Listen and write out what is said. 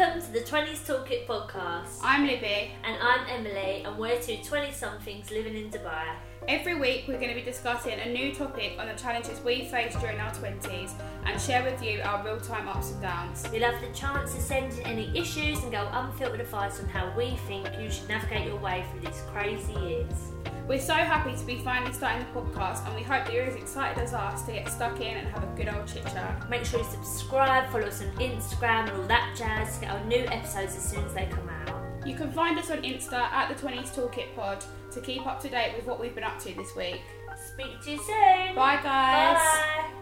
20s Toolkit podcast. I'm Libby. And I'm Emily, and we're two 20 somethings living in Dubai. Every week, we're going to be discussing a new topic on the challenges we faced during our 20s and share with you our real time ups and downs. You'll have the chance to send in any issues and go unfiltered advice on how we think you should navigate your way through these crazy years. We're so happy to be finally starting the podcast, and we hope that you're as excited as us to get stuck in and have a good old chit chat. Make sure you subscribe, follow us on Instagram, and all that jazz to get our new episodes as soon as they come out. You can find us on Insta at the 20s Toolkit Pod to keep up to date with what we've been up to this week. Speak to you soon. Bye, guys. Bye.